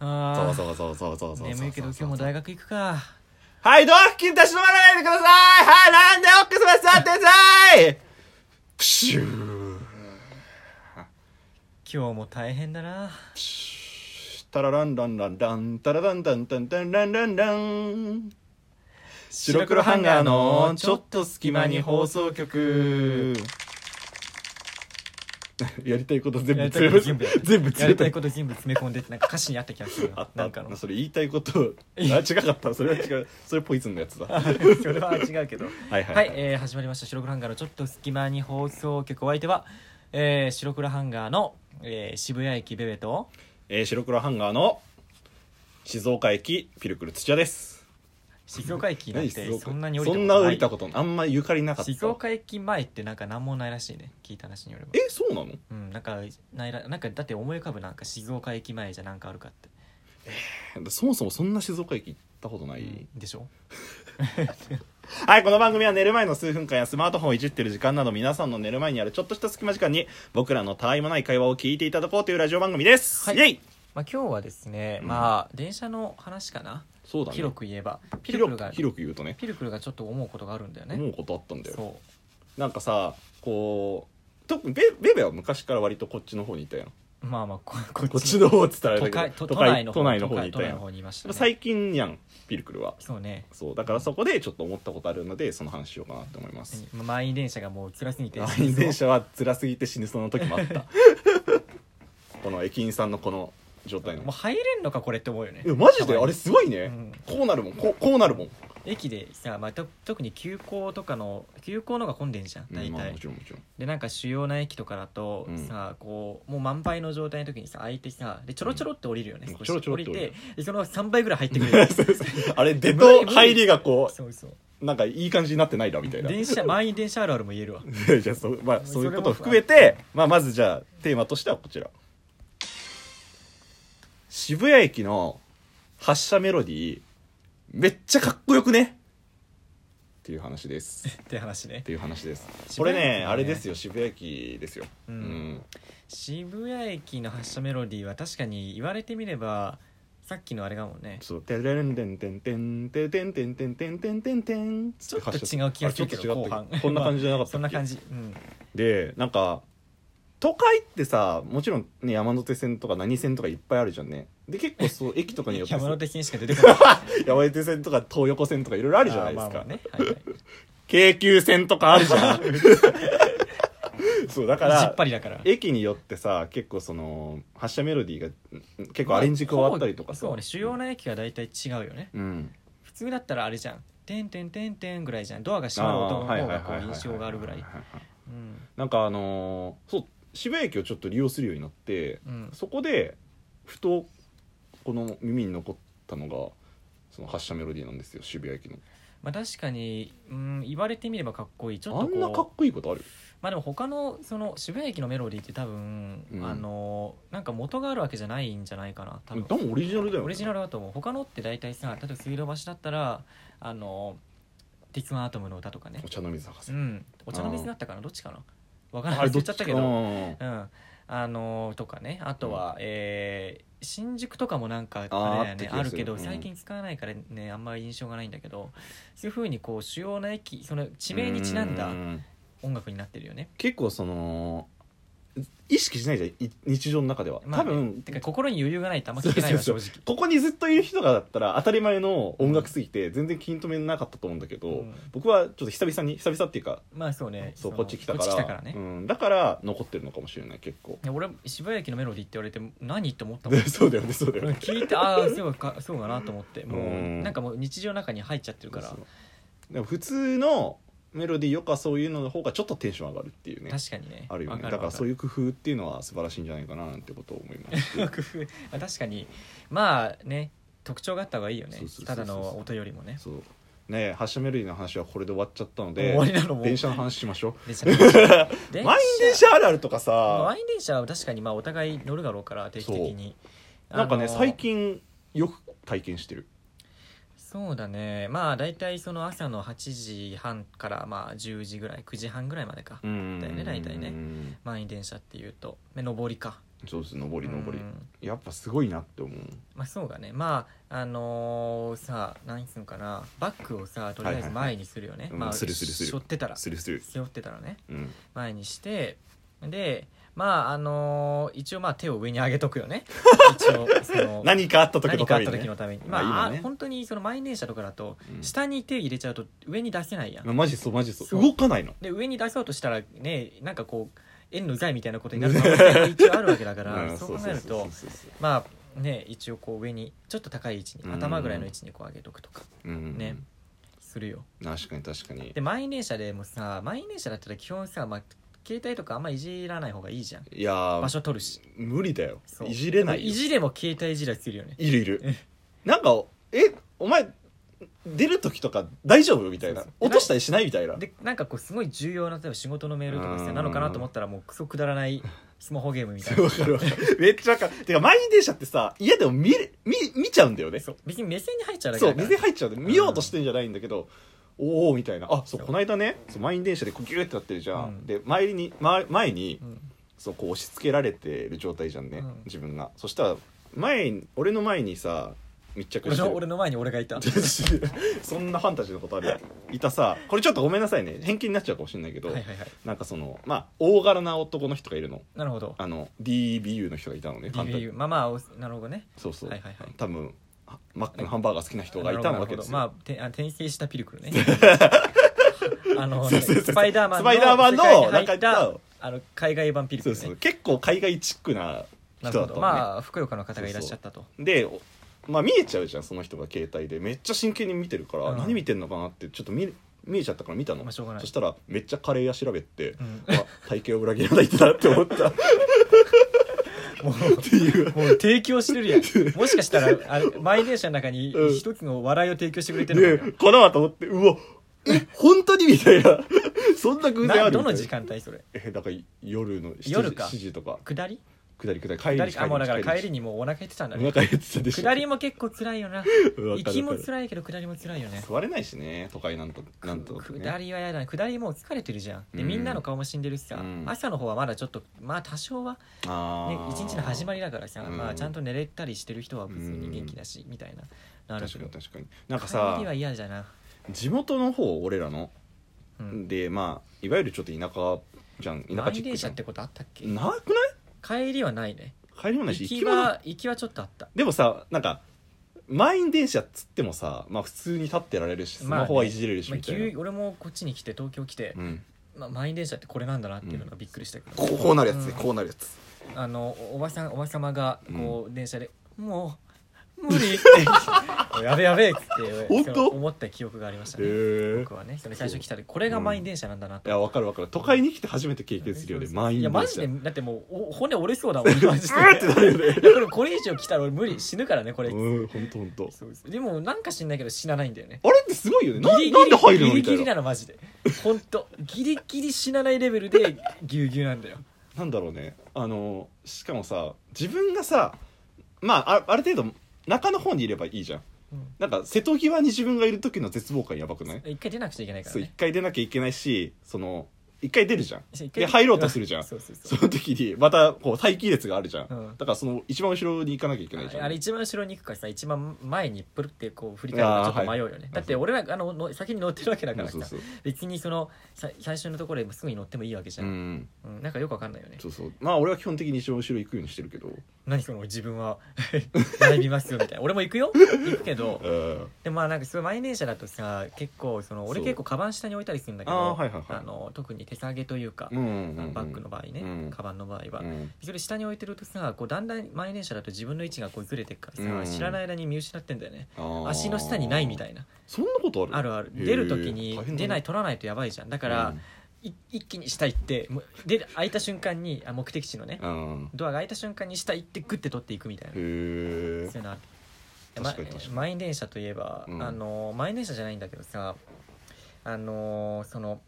そあうあそうそうそうそうそうそう眠いけど今日も大学行くかはい、ドア付近立ち止まらないでくださいはい、なんで奥様座ってくださいプシュー今日も大変だなタラランランランランタラランダンダンダンランランラン白黒ハンガーのちょっと隙間に放送局やりたいこと全部やりたい全こ部と全部や全部や詰めりたたいこと全部詰め込んでってなんか歌詞にあった気がするあよったなんか のそれ言いたいことあ違かったそれは違うそれポイズンのやつだはいそれは違うけどはいは、はいえー始まりました「白黒ハンガーのちょっと隙間に放送局」お相手は、えー白黒ハンガーの、えー渋谷駅ベベとえー白黒ハンガーの静岡駅ピルクル土屋です静岡駅なん何て静岡そんなに降りそたこんとなな降いりたことあんまゆかりなかった静岡駅前ってなんか何もないらしいね聞いた話によればえそうなのうんなんかないらなんかだって思い浮かぶなんか静岡駅前じゃなんかあるかって、そもそもそんな静岡駅行ったことない、でしょはい、この番組は寝る前の数分間やスマートフォンをいじってる時間など皆さんの寝る前にあるちょっとした隙間時間に僕らのたわいもない会話を聞いていただこうというラジオ番組です、はいイェイまあ今日はですね、うんまあ電車の話かな、そうだね広く言えばピルクル広がく広く言うとねピルクルがちょっと思うことがあるんだよ思ねうことあったんだよそなんかさこう特にベベベは昔から割とこっちの方にいたやんうまあまあこ ここっちの方っつったらあれ都だ会け都ど都内の方都内の方にい都内たやのん方にいました、ね、最近やんピルクルはそうねそうだからそこでちょっと思ったことあるのでその話しようかなと思いますまあ満員電車がもう辛すぎて満員電車は辛すぎて死ぬその時もあった この駅員さんのこの状態のもう入れんのかこれって思うよねいやマジたまでにあれすごいうね、んこうなるもんこうこうなるもん駅でさ、まあ、と特に急行とかの急行のが混んでんじゃん大体、まあもちろんもちろんでなんか主要な駅とかだとうんさ、こうもう満杯の状態の時にさ空いてさでちょろちょろって降りるよね、うん少しちょろちょろって降降りるりてでその3倍ぐらい入ってくるよ そうそうあれ出無理と無理入りがこそうそううなんかいい感じになってないなみたいな電車満員電車あるあるも言えるわ じゃあそう,、まあ、そういうことを含めて、まあ、まずじゃあテーマとしてはこちら渋谷駅の発車メロディーめっちゃかっこよくねっていう話ですっって話ねていう話ですこ渋れ谷駅ねねあれですよ渋谷駅ですよううんん、渋谷駅の発車メロディーは確かに言われてみればさっきのあれがもんねそう「てれんてんてんてんてんてんてんてんてんてんてんてん」ちょっと違う気がするけあれちょど後っと違った半っけこんな感じじゃなかったっけそんな感じうんでなんか都会ってさもちろん、ね、山手線とか何線とかいっぱいあるじゃんねで結 構そう駅とかによってさ山手線しか出てこない山手線とか東横線とかいろい ろあるじゃないですか、あーまあまあねはいはい京急線とかある じゃんそうだかじっらぱりだから駅によってさ結構その発車メロディーがうん結構アレンジ加わったりとかさ、そうね主要な駅は大体違うよねうん普通だったらあれじゃん「てんてんてんてん」ぐらいじゃんドアが閉まる音の方がこう印象があるぐらいはははうんなんかあのーそう渋谷駅をちょっと利用するようになってうんそこでふとこの耳に残ったのがその発車メロディーなんですよ渋谷駅のまあ確かにうん言われてみればかっこいいちょっあとんなかっこうこいいことあるまあでも他のその渋谷駅のメロディーって多分うんあのなんか元があるわけじゃないんじゃないかな多多分分オリジナルだよ、ね、オリジナルだと思う他のって大体さ例えば水道橋だったらあの「鉄腕アトムの歌」とかねお茶の水博士、うんお茶の水だったかなどっちかなわからあないれ言どっっちゃっちたかけうどんうん、あのーとかねあとは、えー新宿とかもなんかあーあれだよねああった気がるするけど、うん最近使わないからねあんまり印象がないんだけどそういうふうにこう主要な駅その地名にちなんだう音楽になってるよね。結構その意識しないじゃんい日常の中では、まあ多分てか心に余裕がないとあんま聞けないわそ正う直。ここにずっといる人がだったら当たり前の音楽すぎて全然気に留めなかったと思うんだけど、うん僕はちょっと久々に久々っていうかまあそうねそうのこっち来たからこっち来たからねう、ん、だから残ってるのかもしれない結構いや俺渋谷駅のメロディーって言われて何って思った もんそうだよねそうだよ俺ね聞いてああそうかそうかなと思ってもううんなんかもう日常の中に入っちゃってるからでも普通のメロディーよかそういうのの方がちょっとテンション上がるっていうね確かにねあるよわねかだからわそういう工夫っていうのは素晴らしいんじゃないかななんてことを思います工夫 まあ確かにまあね特徴があった方がいいよねそうそうそうそたうだの音よりもねそうねえ発車メロディーの話はこれで終わっちゃったので終わりなのもう電車の話しましょ電 車満う員満員電車あるあるとかさ満員電車は確かにまあお互い乗るだろうから定期的になんかねあの最近よく体験してるそうだねまあ大体その朝の8時半からまあ10時ぐらい9時半ぐらいまでか、うんだよね大体ねうん満員電車っていうとまあ上りかそうです上り上りうんやっぱすごいなって思うまあそうだねまああのーさ何すんのかなバッグをさとりあえず前にするよね、はいはいはいうんまあするするする背負ってたら背するする負ってたらねうん前にしてでまああのー一応まあ手を上に上げとくよ ね一応その何かあった時の何かたあっめたに時ねのためにまあまあいいのね本当にその満員電車とかだとうん下に手入れちゃうと上に出せないやん、まあマジそうマジそうそう動かないので上に出そうとしたらねなんかこう円のうざいみたいなことになる可能 性も一応あるわけだかうらんそう考えるそとうそうそうそうまあね一応こう上にちょっと高い位置うんに頭ぐらいの位置にこう上げとくとかうんねするよ確かに確かにで満員電車でもさ満員電車だったら基本さ、まあ、携帯とかあんまいじらない方がいいじゃんいやー場所取るし無理だよそういじれないでよもいじれも携帯いじらするよねいるいるえなんかえお前出る時とか大丈夫みたいなそうそう落としたりしないみたいなでなんかこうすごい重要な例えば仕事のメールとかうさんなのかなと思ったらもうクソくだらない スマホゲームみたいな わかるわかるめっちゃわかるてか満員電車ってさ家でも見れ見見ちゃうんだよねそう別に目線に入っちゃうだけそだうから店入っちゃうんで見ようとしてんじゃないんだけど、おおみたいなあそそううこの間ねそう満員電車でこうギューってなってるじゃん、うんで前に前前にうんそうこう押し付けられてる状態じゃんね、うん自分がそしたら前に俺の前にさ密着俺してるの俺の前に俺がいた そんなファンタジーのことあるいたさこれちょっとごめんなさいね偏見になっちゃうかもしれないけど、はいはいはいなんかそのまあ大柄な男の人がいるのなるほどあの DBU の人がいたのねファンタジ DBU まあまあおなるほどねそうそう、はいはいはい多分あマックのハンバーガー好きな人がいたわけですよ、なるほどなるほどまあてあ転生したピル クルねあのそうそうそうスパイダーマンスパイダーマンの世界に入なんっかた言っあの海外版ピルクそうルそうね結構海外チックなな人るだほったのどね、まあふくよかな方がいらっしゃったとでおまあ見えちゃうじゃんその人が携帯でめっちゃ真剣に見てるから、うん何見てんのかなってちょっと見見えちゃったから見たの、まあしょうがないそしたらめっちゃカレー屋調べて、うんあ体型を裏切らないんだなって思ったっもうていうもう提供してるやん もしかしたらあれ満員電車の中にうん一つの笑いを提供してくれてでるのかかなと思ってうわえ本当にみたいな そんな偶然なあるみたいどなの時間帯それえだから夜の7時夜か ,7 時とか下り下り下り帰下りにりあもうだから帰りににもうお腹減ってたんだおね腹減ってたでしょ下りも結構辛いよなうんわ行かるきもわかる辛いけど下りも辛いよね座れないしね都会なんとなんと、ね、下りはやだね下りもう疲れてるじゃんでうんみんなの顔も死んでるしさ、うん朝の方はまだちょっとまあ多少は、あね、ー一日の始まりだからさ、うんまあ、ちゃんと寝れたりしてる人は普通に元気だし、みたいななる確けかどに確かになんかさ帰りは嫌じゃな、地元の方俺らの、うん、でまあいわゆるちょっと田舎じゃん田舎満チ員ック電じ車ゃっんてことあったっけなくない帰りはないね帰りもないし行行ききもないは行きはちょっとあったでもさなんか満員電車っつってもさまあ普通に立ってられるしスまあねマホはいじれるしまあみたいな、急俺もこっちに来て東京来て、うん、まあ、満員電車ってこれなんだなっていうのがびっくりしたけど、こうこうなるやつうね、んこうなるやつあのおおばさんおばさまがこう、電車で「もう無理」って「やべやべ」っつって本当その思った記憶がありましたへえね、僕はねその最初来たでこれが満員電車なんだなといやわかるわかる都会に来て初めて経験するよね満員いや電車マジでだってもうお骨折れそうだ もんマジでうわーってなるよねいやこれこれ以上来たら俺無理死ぬからねこれ、うんほんとほんとそうですでもなんか死んないけど死なないんだよねあれってすごいよねなギリギなんで入リるのギリみたギいリななのマジで本当ギリギリ死なないレベルでぎゅうぎゅうなんだよなんだろうねあのしかもさ自分がさまああある程度中の方にいればいいじゃんうんなんか瀬戸際に自分がいる時の絶望感やばくない一回出なくちゃいけないからそう一ね回出なきゃいけないしその一回出るじゃん一回で入ろうとするじゃんそうそうそそうの時にまたこう待機列があるじゃん、うんだからその一番後ろに行かなきゃいけないじゃんあれ一番後ろに行くかさ一番前にプルってこう振り返るかちょっと迷うよね、いだって俺らあのの先に乗ってるわけだからさそうそうそう別にそのさ最初のところへすぐに乗ってもいいわけじゃ、うんんうんなんかよくわかんないよねそうそうまあ俺は基本的に一番後ろ行くようにしてるけど何その自分は 並びますよみたいな俺も行くよ行くけどうんでもまあなんかすごい満員電車だとさ結構その俺そう結構カバン下に置いたりするんだけああどはいはいはいあの特に手提げというか、うんうんうんうんバッグの場合ね、うんカバンの場合は、うんそれ下に置いてるとさこうだんだん満員電車だと自分の位置がこうずれてるからさ、うん知らない間に見失ってんだよねあー足の下にないみたいなそんなことあるあるある出る時に出ないと取らないとやばいじゃんだから、い一気に下行ってもうで開いた瞬間にあ目的地のねうんドアが開いた瞬間に下行ってグッて取っていくみたいなへえそういうのあるま確かに確かに満員電車といえば、うんあの満員電車じゃないんだけどさあのその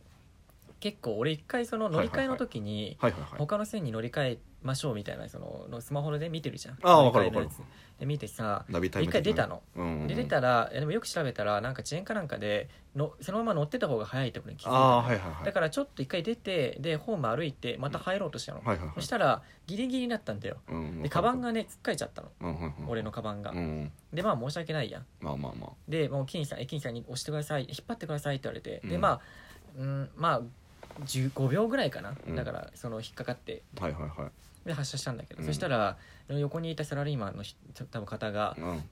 結構俺一回その乗り換えの時にはいはいはい他の線に乗り換えましょうみたいなそののスマホで見てるじゃんあー乗り換えのやつわかるで見てさナビタイム一回出たの、的なねうんうん、で出たらいやでもよく調べたらなんか遅延かなんかでのそのまま乗ってた方が早いってことに気づいたああのーはいはいはいだからちょっと一回出てでホーム歩いてまた入ろうとしたの、はいはいはいそしたらギリギリになったんだようんでカバンがねつっかえちゃったのうんうんうん俺のカバンが、うんでまあ申し訳ないやんまあまあまあでもう駅員さん駅員さんに押してください引っ張ってくださいって言われて、うでんまあうんまあ15秒ぐらいかな、うんだからその引っかかってはいはいはいで発車したんだけど、うんそしたら横にいたサラリーマンのひ多分方がうん「なんだよ」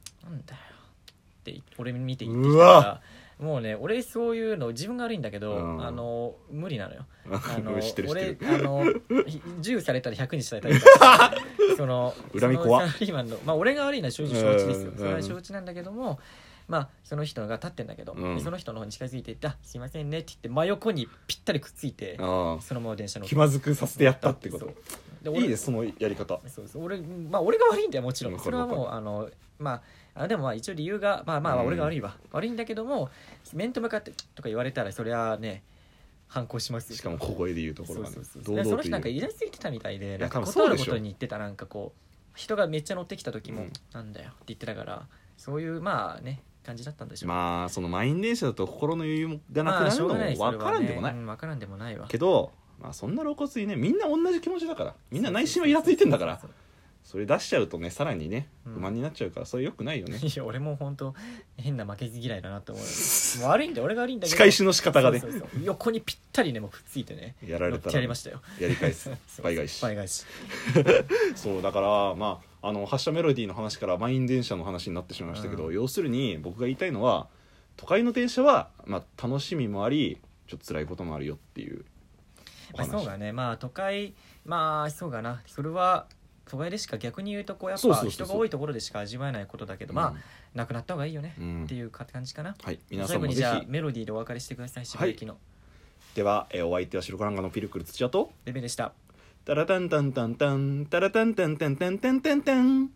って俺見て言ってうきたわからもうね俺そういうの自分が悪いんだけど、うんあの無理なのよあのうん 知ってる知って俺るあのひ10されたら100にしたい タイプだからその恨み怖そっのサラリーマンのまあ俺が悪いのは正直承知ですようんそれは承知なんだけどもまあその人が立ってんだけど、うんでその人の方に近づいていってあ「すいませんね」って言って真横にぴったりくっついてあそのまま電車あの気まずくさせてやったってことで俺いいねそのやり方そうそう俺,、まあ、俺が悪いんだよもちろうんんそれはもうあのまああでもまあ一応理由がまあまあうん俺が悪いわ、悪いんだけども面と向かってとか言われたらそりゃあね反抗しますよしかも小声で言うとこそろうがそねうそう堂々でそのと人なんか言うイラついてたみたいでいなやんか多分断そうるでしこょとに言ってたなんかこう人がめっちゃ乗ってきた時も、うんなんだよって言ってたからそういうまあね感じだったんでしょう、まあその満員電車だと心の余裕がなまくあなしょうるのがないでもすそれ分はからんでもないねうん分からんでもないわけどまあそんな露骨にねみんな同じ気持ちだからみんな内心はイラついてんだからそうそうそれ出しちゃうとねさらにねうん不満になっちゃうからそれよくな いよねそういや俺も本当変な負けず嫌いだなって思 うもう悪いんだよ俺が悪いんだけど仕返しの仕方がねそうそうそう横にぴったりねもうくっついてねやられ乗たっらてやりねましたよやり返 す倍返スしパイ返しそうだからまああの発車メロディーの話から満員電車の話になってしまいましたけど、う要するに僕が言いたいのは都会の電車は、まあ、楽しみもありちょっと辛いこともあるよっていうおまあ話、そうだねまあ都会まあそうだなそれは都会でしか逆に言うとこうやっそうぱそうそう人そうが多いところでしか味わえないことだけどまあなくなった方がいいよねうん、うんっていうか感じかなはい皆さ最ん後もにぜじゃあひメロディーでお別れしてください渋谷駅のでは、えーお相手は白ランガのピルクル土屋とレベルでしたタラタンタンタンタンタラタンタンタンタンタンタンタン